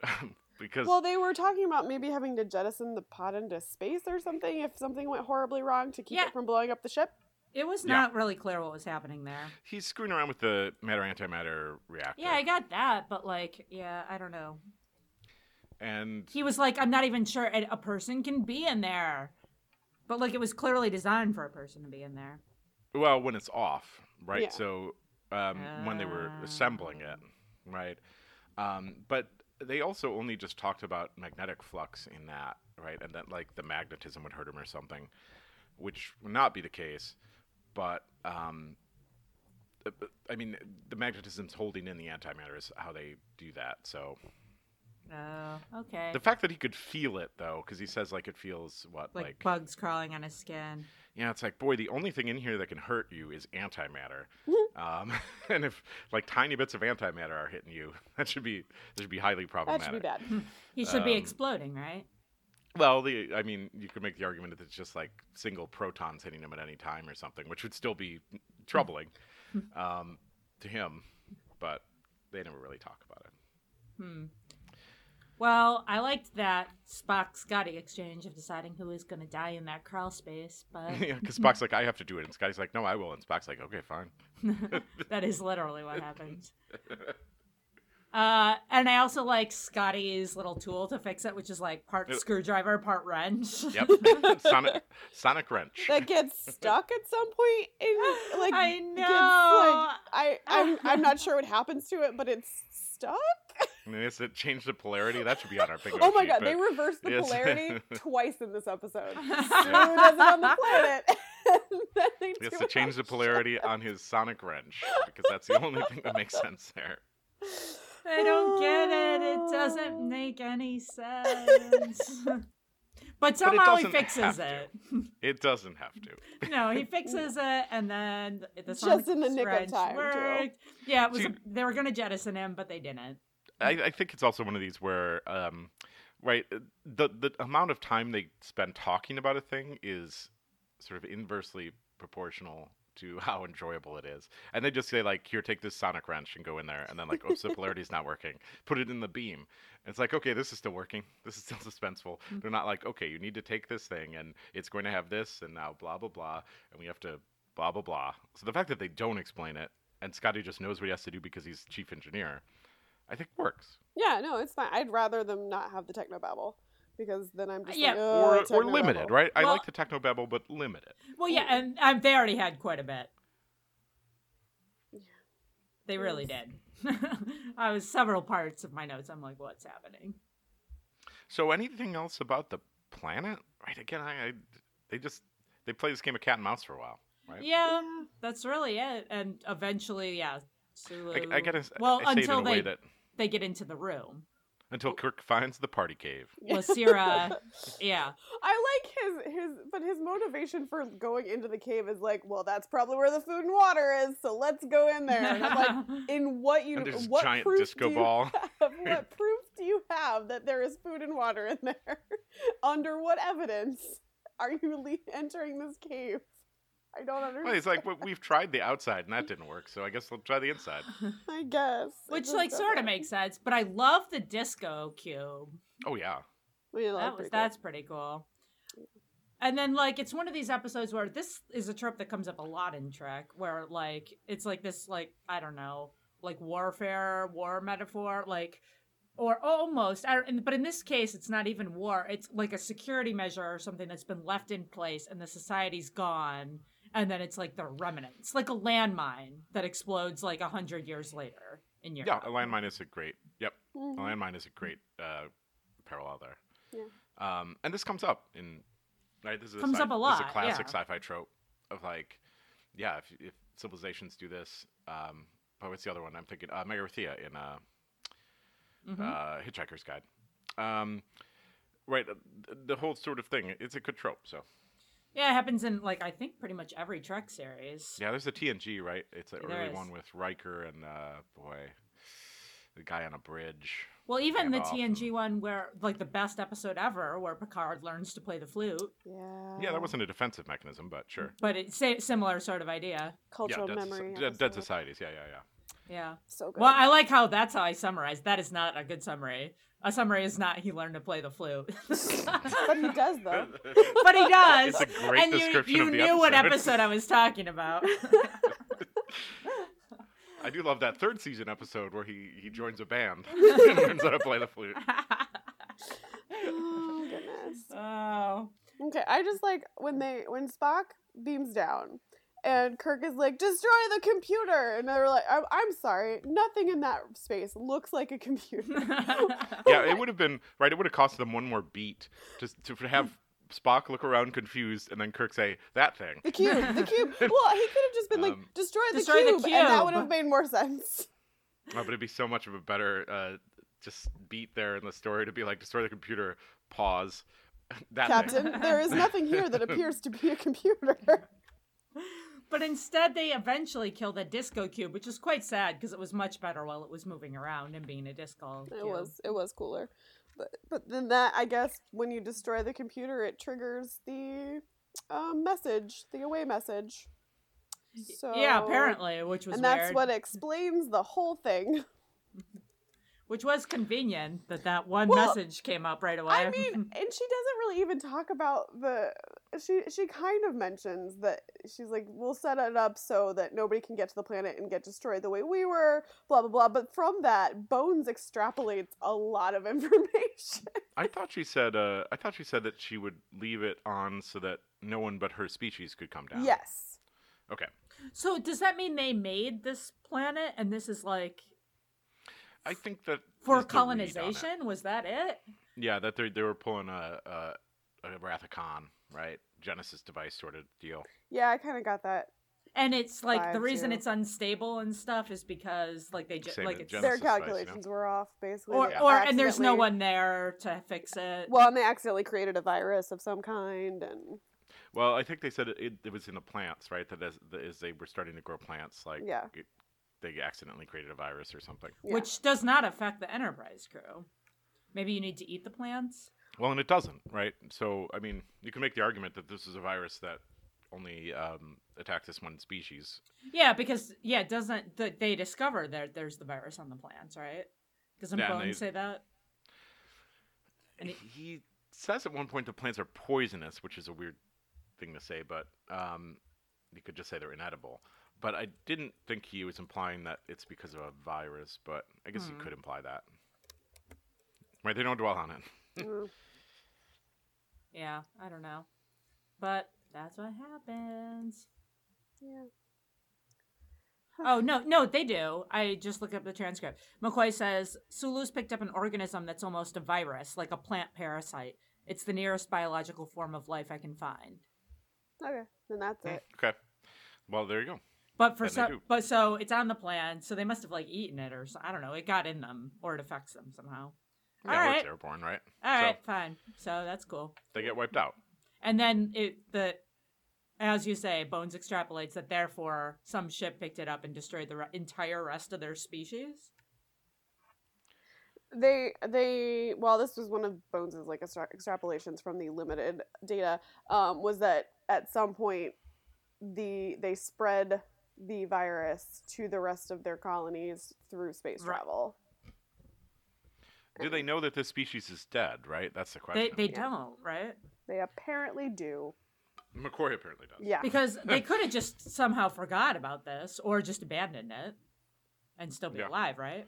because
Well, they were talking about maybe having to jettison the pod into space or something if something went horribly wrong to keep
Yeah.
it from blowing up the ship.
It was
Yeah.
not really clear what was happening there.
he's screwing around with the matter antimatter reactor.
Yeah, I got that, but like, yeah, I don't know.
and
He was like, I'm not even sure a a person can be in there. But like it was clearly designed for a person to be in there.
well, when it's off, right?
Yeah.
So um, when they were
Ah.
assembling it, right? Um, but they also only just talked about magnetic flux in that, right? And that like the magnetism would hurt him or something, which would not be the case. But um, uh, but, I mean, the magnetism's holding in the antimatter is how they do that. So
Oh, okay.
The fact that he could feel it though, because he says like it feels what
like,
like,
bugs crawling on his skin.
yeah, it's like boy, the only thing in here that can hurt you is antimatter,
Mm-hmm.
um, and if like tiny bits of antimatter are hitting you, that should be that should be highly
That
problematic.
should be bad.
He should be
Um,
exploding, right?
Well, the I mean, you could make the argument that it's just like single protons hitting him at any time or something, which would still be
Mm-hmm.
troubling um, to him, but they never really talk about it.
Hmm. Well, I liked that Spock Scotty exchange of deciding who is going to die in that crawl space, but
yeah, because
Mm-hmm.
Spock's like, I have to do it, and Scotty's like, No, I will, and Spock's like, Okay, fine.
that is literally what happened. Uh, and I also like Scotty's little tool to fix it, which is like part
Yep.
screwdriver, part wrench.
Yep, sonic sonic wrench.
that gets stuck at some point. In, like
I
gets,
know.
like, I I'm I'm not sure what happens to it, but it's stuck.
Yes, it changed the polarity. That should be on our bingo.
Oh my
sheet,
god,
but-
they reversed the
yes.
polarity twice in this episode. Sulu
Yeah.
does it on the planet. and then they
He has
do
to
it
change the
on-
polarity on his sonic wrench because that's the only thing that makes sense there.
I don't get it. It doesn't make any sense. but somehow he
doesn't
fixes
have
it.
to. It doesn't have to.
No, he fixes it, and then the
Just
sonic
in the nick of
wrench
time, too.
worked. Yeah, it was.
See-
a- they were gonna jettison him, but they didn't.
I, I think it's also one of these where, um, right, the the amount of time they spend talking about a thing is sort of inversely proportional to how enjoyable it is. And they just say like, "Here, take this sonic wrench and go in there," and then like, "Oops, the polarity's not working. Put it in the beam." And it's like, okay, this is still working. This is still suspenseful. They're not like, okay, you need to take this thing, and it's going to have this, and now blah blah blah, and we have to blah blah blah. So the fact that they don't explain it, and Scotty just knows what he has to do because he's chief engineer, I think works.
Yeah, no, it's fine. I'd rather them not have the techno babble because then I'm just
Yeah.
like,
or,
oh,
or limited, right? I
Well-
like the techno babble, but limited.
Well, yeah, and um, they already had quite a bit. They really did. I was several parts of my notes. I'm like, what's happening?
So anything else about the planet? Right? Again, I, I they just they play this game of cat and mouse for a while, right?
Yeah, um, that's really it. And eventually, yeah, Sulu.
Um,
I, I gotta s-
well
I say it in
until
a way
they
that
they get into the room.
until Kirk finds the party cave.
Lacira. yeah.
I like his his but his motivation for going into the cave is like, well, that's probably where the food and water is, so let's go in there. And I'm like, in what you
And there's this
what
giant
proof
disco
do you
ball.
Have, what proof do you have that there is food and water in there? Under what evidence are you le- entering this cave? I don't
Well,
understand.
it's like well, we've tried the outside and that didn't work, so I guess we'll try the inside.
I guess It
Which
just
like sort of
doesn't-
makes sense, but I love the disco cube.
Oh yeah,
We love
That was
prequels.
that's pretty cool. And then like it's one of these episodes where this is a trope that comes up a lot in Trek, where like it's like this like I don't know like warfare war metaphor like or almost I don't, and- but in this case it's not even war it's like a security measure or something that's been left in place and the society's gone and then it's like the remnants like a landmine that explodes like a hundred years later in your
yeah. A landmine is a great. Yep, a
Mhm.
landmine is a great uh, parallel there.
Yeah.
Um, and this comes up in right. This is
Comes
a sci-
up a
This
lot,
is a classic
yeah.
sci-fi trope of like, yeah, if, if civilizations do this. Um, oh, what's the other one? I'm thinking uh, Megarothea in uh,
Mhm.
uh, Hitchhiker's Guide. Um, right, uh, th- the whole sort of thing. It's a good trope. So
yeah it happens in like I think pretty much every Trek series
yeah, there's a TNG, right? It's an
There
early
is.
one with Riker and uh, boy, the guy on a bridge.
Well, even the
Gandalf
TNG one where like the best episode ever, where Picard learns to play the flute,
Yeah.
Yeah, that wasn't a defensive mechanism, but sure.
but it's sa- similar sort of idea.
Yeah,
cultural
dead, soci-
memory.
dead, dead
episode.
societies. Yeah, yeah, yeah.
Yeah.
So good.
Well, I like how that's how I summarized. That is not a good summary. A summary is not he learned to play the flute,
but he does though.
but he does.
It's a great
and you,
description
you
of the
knew what
episode.
episode I was talking about.
I do love that third season episode where he, he joins a band and learns how to play the flute.
oh goodness.
oh,
Okay, I just like when they when Spock beams down and Kirk is like, "Destroy the computer," and they're like, "I'm, I'm sorry, nothing in that space looks like a computer."
Yeah, it would have been right. It would have cost them one more beat just to have Spock look around confused and then Kirk say that thing.
The cube, the cube. Well, he could have just been like,
Um,
"Destroy the,
Destroy the
cube, and that
cube.
would have made more sense.
Oh, but it'd be so much of a better uh, just beat there in the story to be like destroy the computer, pause. That thing.
Captain, there is nothing here that appears to be a computer.
but instead they eventually kill the disco cube, which is quite sad because it was much better while it was moving around and being a disco.
it
cube.
was, it was cooler, but but then that I guess when you destroy the computer, it triggers the um, message, the away message. So
yeah, apparently, which was
and that's
weird.
what explains the whole thing.
Which was convenient that that one
Well,
message came up right away.
I mean, and she doesn't really even talk about the. She she kind of mentions that she's like, we'll set it up so that nobody can get to the planet and get destroyed the way we were, blah blah blah. But from that, Bones extrapolates a lot of information.
I thought she said. Uh, I thought she said that she would leave it on so that no one but her species could come down.
Yes,
Okay.
so does that mean they made this planet and this is like
I think that
for
is the read on it.
colonization? Was that it?
Yeah, that they they were pulling a a, a Wrath of Khan, right? Genesis device sort of deal.
yeah, I kind of got that.
And it's like the
Five,
reason
zero.
it's unstable and stuff is because like they just
Same
like
in
it's
Genesis.
Their
device, you know?
calculations were off, basically.
or
They
or and there's no
accidentally-
one there to fix it.
Well, and they accidentally created a virus of some kind, and
Well, I think they said it, it, it was in the plants, right? That as, that as they were starting to grow plants, like
Yeah.
it- they accidentally created a virus or something.
yeah.
Which does not affect the Enterprise crew. Maybe you need to eat the plants.
Well, and it doesn't, right? So, I mean, you can make the argument that this is a virus that only um, attacks this one species.
Yeah, because yeah, it doesn't th- they discover that there's the virus on the plants, right? Doesn't
Yeah, and
Bones
they-
say that? And it-
he says at one point the plants are poisonous, which is a weird thing to say, but um, you could just say they're inedible. But I didn't think he was implying that it's because of a virus, but I guess
Hmm.
you could imply that. Right, they don't dwell on it.
hmm.
Mm.
Yeah, I don't know. But that's what happens.
yeah.
Oh, no, no, they do. I just looked up the transcript. McCoy says Sulu's picked up an organism that's almost a virus, like a plant parasite. It's the nearest biological form of life I can find.
Okay, then that's
Hmm.
it.
Okay. Well, there you go.
But for
And they
so,
do.
but so it's on the plan, so they must have like eaten it or so, I don't know. It got in them or it affects them somehow.
Yeah,
All
it
right.
works airborne, right?
All
So-
right, fine. So that's cool.
They get wiped out.
And then it the as you say, Bones extrapolates that therefore some ship picked it up and destroyed the re- entire rest of their species.
they they well this was one of bones's like extra- extrapolations from the limited data um, was that at some point the they spread the virus to the rest of their colonies through space
Right.
travel
Do they know that this species is dead? Right. That's the
They
question.
they
Yeah.
don't, right?
they apparently do
McCoy apparently does.
yeah
Because they could have just somehow forgot about this or just abandoned it and still be
Yeah.
alive, right?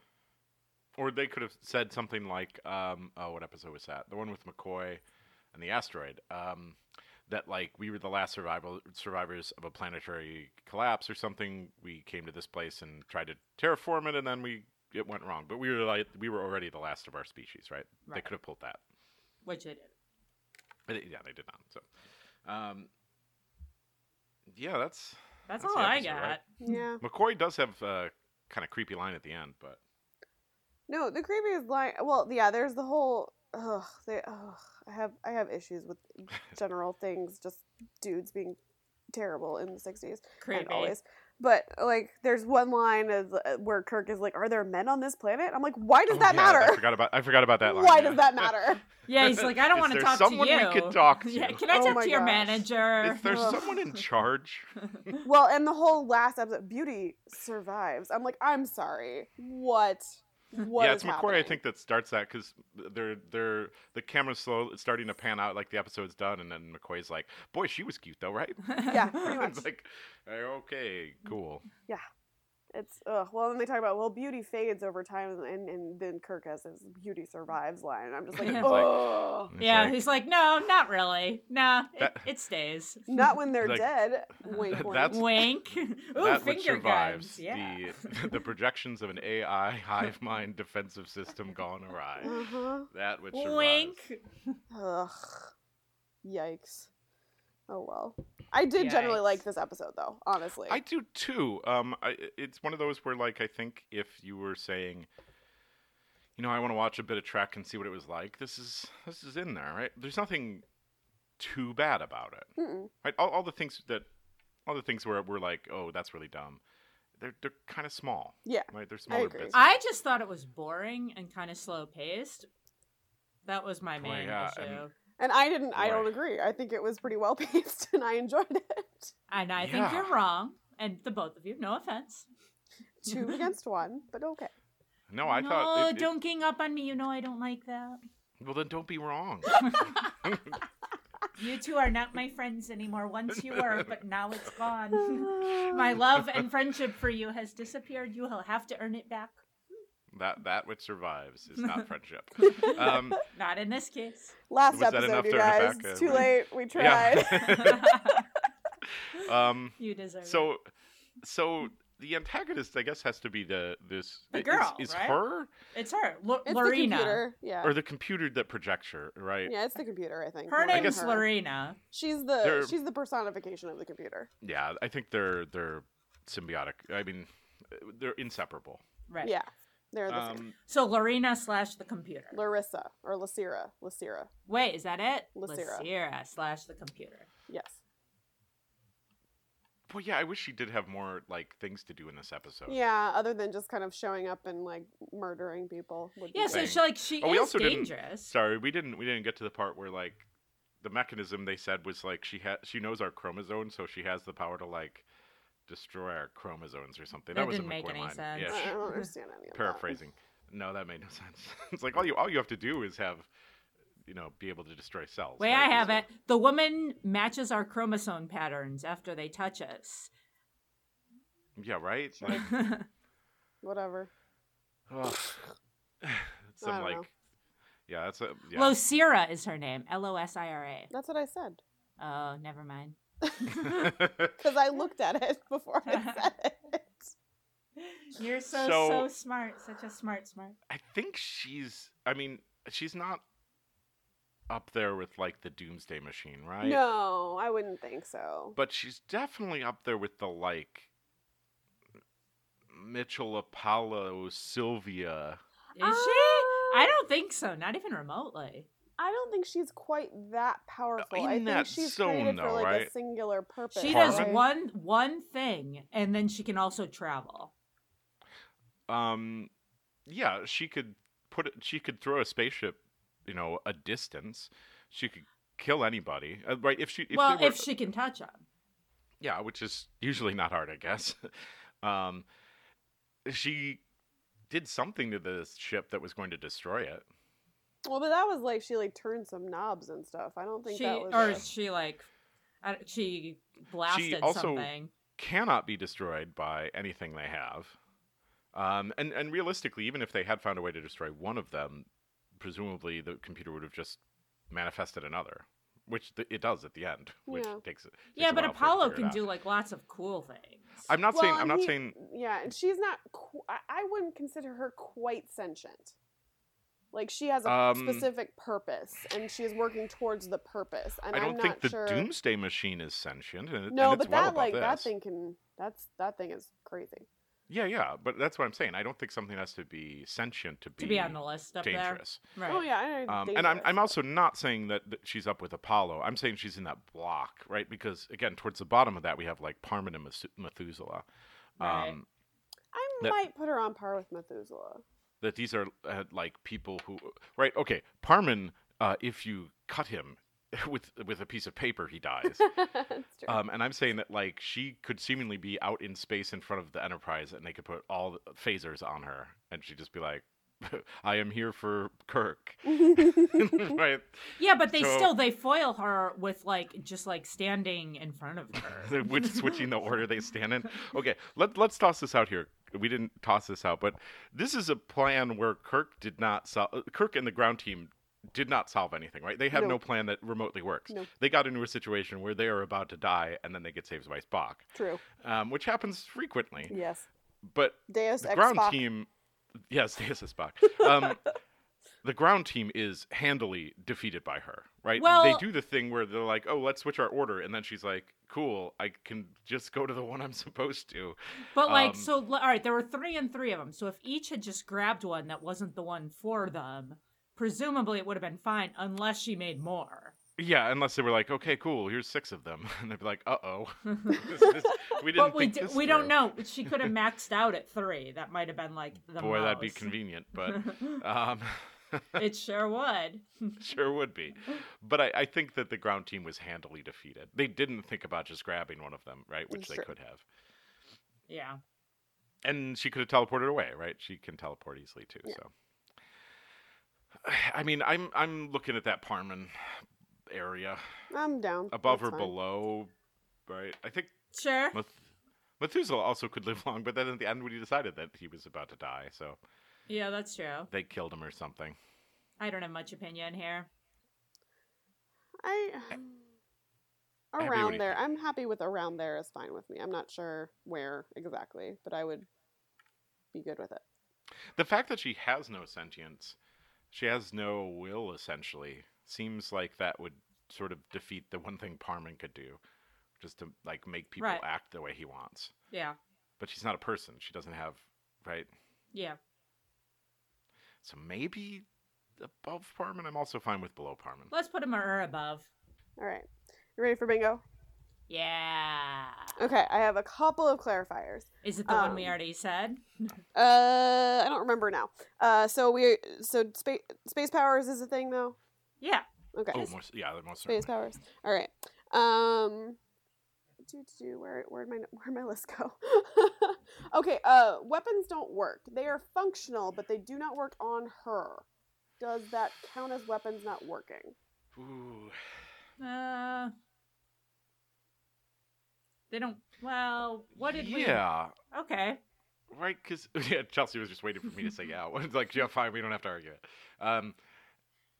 Or they could have said something like, um, "Oh, what episode was that? The one with McCoy and the asteroid." Um, that like we were the last survival survivors of a planetary collapse or something. We came to this place and tried to terraform it, and then we it went wrong. But we were like we were already the last of our species, right? They
Right.
could have pulled that.
Which it is.
But it- yeah, they did not. So, um, yeah, that's
That's,
That's
all
the
I
episode,
got.
right?
yeah
McCoy does have a kind of creepy line at the end, but
no the creepiest line well yeah there's the whole ugh, they, ugh, i have i have issues with general things just dudes being terrible in the 60s
Creepy.
and always. But like, there's one line of, uh, where Kirk is like, "Are there men on this planet?" I'm like, "Why does
Oh,
that
yeah, I
matter?
forgot about I forgot about that line.
Why
yeah.
does that matter?"
Yeah, he's like, I don't
Is
want to
there
talk
someone
to
we
you.
could talk to?
Yeah, can I
Oh
talk
my
to your
gosh.
manager?
Is there
Ugh.
someone in charge?
well, and the whole last episode, Beauty survives. I'm like, "I'm sorry, what? What?"
yeah,
is
it's McCoy.
happening?
I think that starts that because they're they're the camera's slow it's starting to pan out like the episode's done, and then McCoy's like, "Boy, she was cute though, right?"
Yeah, pretty much.
it's like, uh, okay, cool.
It's ugh. well, then they talk about well, beauty fades over time, and- and, and then Kirk has his beauty survives line. and I'm just like,
It's like-
oh,
It's
yeah,
like,
he's like, no, not really. Nah, it,
That-
it stays.
not when they're
Like,
dead. Wink, wink.
that's-
Wink. Ooh,
that which
finger
survives
guns. Yeah.
the the projections of an AI hive mind defensive system gone awry.
uh-huh.
That which survives.
Wink.
Ugh. Yikes. Oh well. I did generally
Yikes.
like this episode though, honestly.
I do too. Um, I, it's one of those where, like, I think if you were saying, you know, I want to watch a bit of Trek and see what it was like, this is this is in there, right? There's nothing too bad about it.
Mm-mm.
Right? All, all the things that, all the things where we're like, oh, that's really dumb. They're they're kind of small,
Yeah.
right? They're smaller
agree.
bits.
I just thought it was boring and kind of slow paced. That was my
Oh,
main
yeah,
issue. And,
and-
And I didn't I don't
Right.
agree. I think it was pretty well paced and I enjoyed it.
I think
Yeah.
you're wrong. And the both of you, no offense.
Two against one, but okay.
No, I
no,
thought. it- it-
don't gang up on me. You know I don't like that.
well, then don't be wrong.
You two are not my friends anymore. Once you were, but now it's gone. my love and friendship for you has disappeared. You will have to earn it back.
that that which survives is not friendship. Um,
Not in this case.
Last
Was that
episode,
enough
you
to earn it
guys.
back?
It's
Uh,
Too
we-
late. We tried.
yeah. um.
you deserve it.
So, so the antagonist, I guess, has to be the this
The
is-
girl,
is,
right?
her
It's her, L-
It's the
Lorena.
computer. Yeah.
or the computer that projects her, right?
yeah, it's the computer, I think.
Her
Lauren,
name's
guess-
Lorena.
She's the
They're-
she's the personification of the computer.
Yeah, I think they're they're symbiotic. I mean, they're inseparable.
Right.
Yeah. They're the same.
Um,
So Lorena slash the computer.
Larissa or Lacira. Lacira.
Wait, is that it?
Lucira.
Lucira slash the computer.
Yes.
well, yeah, I wish she did have more like things to do in this episode.
Yeah, other than just kind of showing up and like murdering people. Would be
Yeah, so
Thing.
great.
she like she
Oh, we
is
also didn't-
dangerous.
Sorry, we didn't we didn't get to the part where like the mechanism they said was like she ha- she knows our chromosomes, so she has the power to like destroy our chromosomes or something. That,
That
was a
didn't make
McCoy
any
line.
sense.
Yeah,
I I
sh-
don't understand any of that.
paraphrasing. No, that made no sense. it's like all you all you have to do is have, you know, be able to destroy cells.
Way
right?
I have
It's-
it. The woman matches our chromosome patterns after they touch us.
Yeah, right.
Sure.
Like,
Whatever.
ugh.
I
some
don't
like,
know.
yeah, that's a yeah.
Losira is her name. L O S I R
That's what I said.
A. Oh, never mind.
Because I looked at it before I said it.
You're so, so
So-
smart, such a smart smart.
I think she's. I mean, she's not up there with like the Doomsday Machine, right?
No, I wouldn't think so.
But she's definitely up there with the like Mitchell Apollo Sylvia.
Ah. Is she? I don't think so. Not even remotely.
Ah, I don't think she's quite that powerful.
in
I think
that
she's
zone,
created for
though,
like a
right?
singular purpose.
She
Harmon?
does one one thing, and then she can also travel.
um yeah she could put it, she could throw a spaceship you know a distance she could kill anybody uh, right if she if
well,
they were,
if she can touch him.
yeah which is usually not hard i guess um she did something to the ship that was going to destroy it
Well, but that was like she like turned some knobs and stuff. I don't think
She
that was.
or
a-
she like, I don't- she blasted
also-
something.
cannot be destroyed by anything they have um and and realistically even if they had found a way to destroy one of them presumably the computer would have just manifested another which th- it does at the end which
Yeah.
takes it
Yeah, but Apollo can do like lots of cool things.
I'm not saying.
Well,
I'm
and
not
he-
saying.
Yeah, and she's not. Qu- I- I wouldn't consider her quite sentient. Like she has a
Um,
specific purpose, and she is working towards the purpose. And
I
am
don't
not
think the
sure.
Doomsday Machine is sentient, and, it-
no,
and it's
but
well
that
above
like that
this.
thing can. That's that thing is crazy.
Yeah, yeah, but that's what I'm saying. I don't think something has to be sentient to be,
to be on the list up
dangerous.
there, right?
Oh yeah, I know.
Um, and I'm,
dangerous.
I'm also not saying that, that she's up with Apollo. I'm saying she's in that block, right? Because again, towards the bottom of that, we have like Parmen and Methu- Methuselah.
Right.
Um,
I
that-
might put her on par with Methuselah.
that these are uh, like people who, right? Okay, Parmen, uh, if you cut him with with a piece of paper, he dies.
That's true.
Um, and I'm saying that like she could seemingly be out in space in front of the Enterprise, and they could put all the phasers on her, and she'd just be like, "I am here for Kirk," right?
Yeah, but they
So-
still they foil her with like just like standing in front of her.
Which switching the order they stand in. Okay, let let's toss this out here. We didn't toss this out, but this is a plan where Kirk did not solve. Kirk and the ground team did not solve anything, right? They have
No.
no plan that remotely works.
No.
They got into a situation where they are about to die, and then they get saved by Spock,
True.
um, which happens frequently.
Yes.
But
Deus
the
Ex
ground
Spock.
team yes this is Spock. um the ground team is handily defeated by her right they
Well-
do the thing where they're like oh let's switch our order and then she's like cool i can just go to the one i'm supposed to
But like,
Um,
so l- all right, there were three and three of them. So if each had just grabbed one that wasn't the one for them, presumably it would have been fine, unless she made more.
yeah unless they were like okay cool here's six of them and they'd be like uh-oh This is- we didn't
But we
think
d-
this
we don't
through.
know. She could have maxed out at three. That might have been like the
boy that'd be
most.
convenient but um
it sure would.
sure would be but I, I think that the ground team was handily defeated they didn't think about just grabbing one of them right which they
Sure.
could have
Yeah.
and she could have teleported away, right? She can teleport easily too.
Yeah.
So, I mean, I'm I'm looking at that Parman area,
I'm down.
above
That's
or
fine.
below, right? I think
Sure.
Meth- Methuselah also could live long, but then at the end, when he decided that he was about to die, so
Yeah, that's true.
they killed him or something.
I don't have much opinion here.
I
Abby, what do
around
you
there.
think?
I'm happy with around there is fine with me. I'm not sure where exactly, but I would be good with it.
The fact that she has no sentience, she has no will, essentially, seems like that would sort of defeat the one thing Parman could do, just to like make people
Right.
act the way he wants.
Yeah.
but she's not a person. She doesn't have right.
Yeah.
So maybe above Parman. I'm also fine with below Parman.
Let's put him or above.
All right. You ready for bingo?
Yeah.
Okay, I have a couple of clarifiers.
Is it the one we
Um,
already said?
Uh, I don't remember now. Uh, so we so space space powers is a thing though.
Yeah.
Okay.
Oh, most, yeah, the most.
Space
certainly.
powers. All right. Um, do, do, do, where where'd my where'd my list go? okay. Uh, weapons don't work. They are functional, but they do not work on her. Does that count as weapons not working?
Ooh,
Uh, they don't. Well, what did
yeah,
we? Okay.
right. Because yeah, Chelsea was just waiting for me to say yeah. It's like yeah, fine. We don't have to argue it. Um,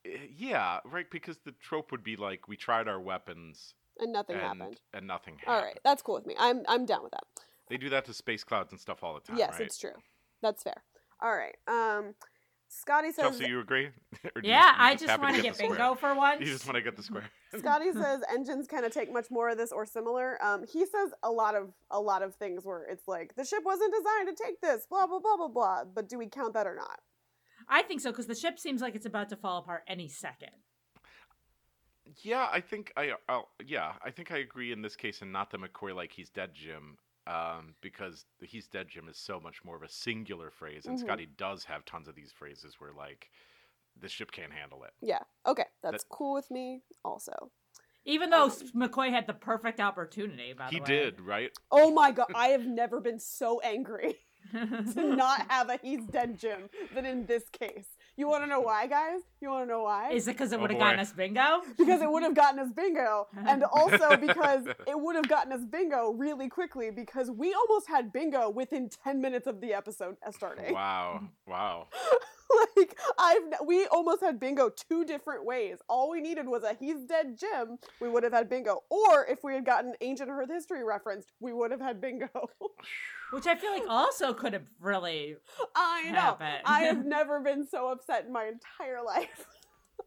eh, yeah, right. Because the trope would be like we tried our weapons
And nothing
and
happened.
and nothing happened.
All right, that's cool with me. I'm I'm down with that.
They do that to space clouds and stuff all the time.
yes,
right?
it's true. That's fair. All right. Um, Scotty says
Chelsea, you agree? Or do you-
Yeah,
you
I just
happen
want to
the
get
square?
bingo for once.
You just want to get the square.
Scotty says engines kind of take much more of this or similar. Um, he says a lot of a lot of things where it's like the ship wasn't designed to take this, blah blah blah blah blah. But do we count that or not?
I think so because the ship seems like it's about to fall apart any second.
Yeah, I think I I'll, yeah, I think I agree in this case and not the McCoy like he's dead Jim um, because the he's dead Jim is so much more of a singular phrase and
Mhm.
Scotty does have tons of these phrases where like the ship can't handle it.
Yeah. Okay. That's cool with me also.
Even though S- McCoy had the perfect opportunity, by the
Oh. he
way.
did, right?
Oh my god, I have never been so angry to not have a he's dead Jim than in this case. You want to know why, guys? You want to know why?
Is it because it
Oh,
would have
boy.
gotten us bingo?
because it would have gotten us bingo and also because it would have gotten us bingo really quickly because we almost had bingo within 10 minutes of the episode starting
Wow. Wow.
like i've n- we almost had bingo two different ways all we needed was a he's dead jim we would have had bingo or if we had gotten ancient earth history referenced we would have had bingo
Which I feel like also could have really
i know
happened.
i have never been so upset in my entire life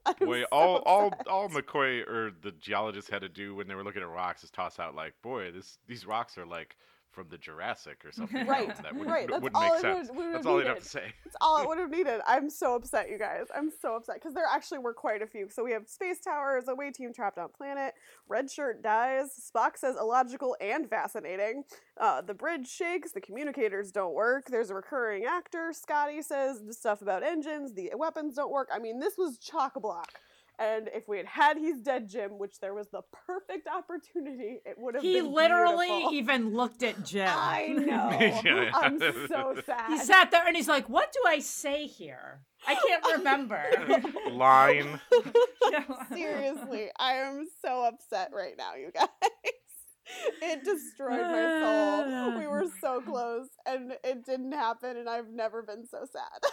I'm
Boy,
so
all all
upset.
all McCoy or the geologist had to do when they were looking at rocks is toss out like, boy, this these rocks are like from the Jurassic or something. you know,
Right,
That wouldn't,
right,
that
that's
wouldn't
all
make
it would-
sense.
would have
that's all he'd have
needed.
to say.
It's all it would have needed. I'm so upset, you guys. I'm so upset because there actually were quite a few. So we have space towers, away team trapped on planet. Red shirt dies. Spock says illogical and fascinating. Uh, the bridge shakes. The communicators don't work. There's a recurring actor. Scotty says the stuff about engines. The weapons don't work. I mean, this was chock a block. And if we had had he's dead Jim, which there was the perfect opportunity, it would have.
He
been
literally
beautiful.
even looked at Jim.
I know.
Yeah.
"Oh, I'm so sad.
He sat there and he's like, "What do I say here? I can't remember."
Line.
Seriously, I am so upset right now, you guys. It destroyed my soul. We were so close and it didn't happen and I've never been so sad.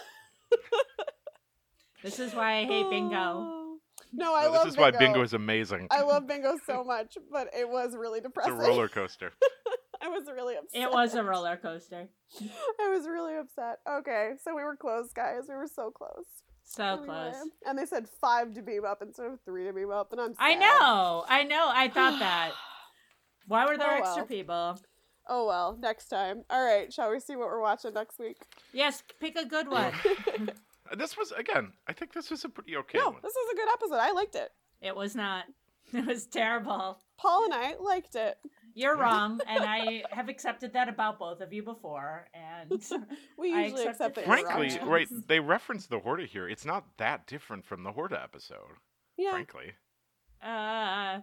This is why I hate
Oh,
bingo.
No, I
No,
love
this is
bingo.
why bingo is amazing.
I love bingo so much, but it was really
it's a
depressing.
roller coaster.
I was really upset.
It was a roller coaster.
I was really upset. Okay, so we were close, guys. We were so close.
So
Anyway,
close.
And they said five to beam up instead of three to beam up, and I'm. Sad.
I know. I know. I thought that. Why were there
Oh,
extra
well.
people?
Oh well, next time. All right, shall we see what we're watching next week?
Yes, pick a good one.
Uh, This was again. I think this was a pretty okay
no,
one.
this was a good episode. I liked it.
it was not. It was terrible.
Paul and I liked it.
You're wrong, and I have accepted that about both of you before. And
We
I
usually
accept
accept that.
it.
you're wrong.
Frankly,
Rock
right?
Jones.
They referenced the Horta here. It's not that different from the Horta episode.
Yeah.
Frankly,
uh,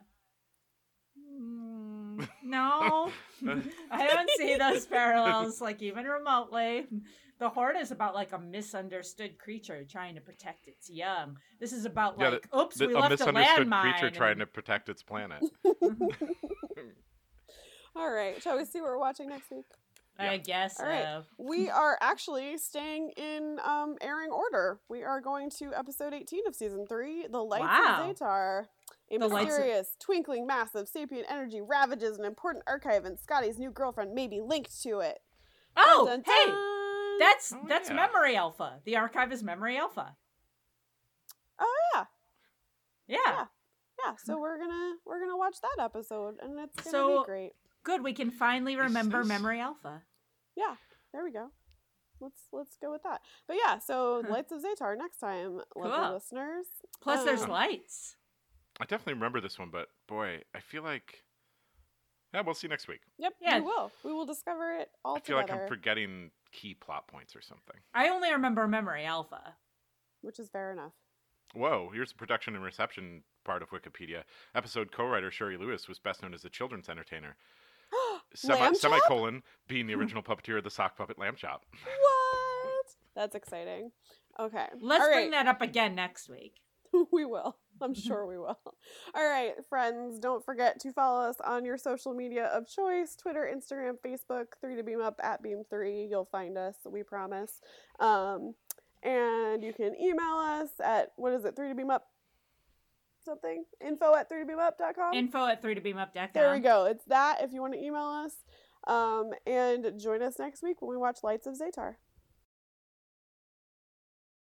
mm, no, I don't see those parallels like even remotely. The horde is about like a misunderstood creature trying to protect its young. This is about
Yeah,
like, oops,
The-
we
a
left a
misunderstood
landmine.
creature trying
and-
to protect its planet.
All right. Shall we see what we're watching next week?
I
Yeah.
guess. uh,
All right.
so.
We are actually staying in um, airing order. We are going to episode 18 of season three The Lights
Wow.
of Zatar. A
The lights of-
mysterious, twinkling mass of sapient energy ravages an important archive, and Scotty's new girlfriend may be linked to it.
Oh,
Dun, dun,
hey,
dun.
that's
Oh,
that's
yeah.
memory alpha. The archive is memory alpha.
Oh, yeah.
Yeah.
Yeah. Yeah, so we're gonna we're gonna watch that episode, and it's gonna
So-
be great.
Good. We can finally
Is
remember
this-
memory alpha.
There we go. Let's let's go with that. But yeah, so
Huh.
Lights of Zatar next time, lovely
Cool.
listeners.
Plus, there's
Um,
lights.
I definitely remember this one, but boy, I feel like yeah, we'll see next week.
Yep,
Yeah.
we will. We will discover it all
I feel like
together,
I'm forgetting key plot points or something.
I only remember memory alpha.
which is fair enough.
Whoa, here's the production and reception part of Wikipedia. Episode co-writer Sherry Lewis was best known as a children's entertainer. Semi-
Lamb chop? Hmm.
semicolon being the original puppeteer of the sock puppet Lamb Chop.
What? That's exciting. Okay,
Let's
all
bring
right,
that up again next week.
we will. I'm sure we will. All right, friends, don't forget to follow us on your social media of choice: Twitter, Instagram, Facebook. Three to beam up at beam three. You'll find us. We promise. Um, and you can email us at what is it? Three to beam up. Something info at three to beam up.com.
Info at 3 to beam up deck.
Um, There we go. It's that if you want to email us. Um, and join us next week when we watch Lights of Zatar.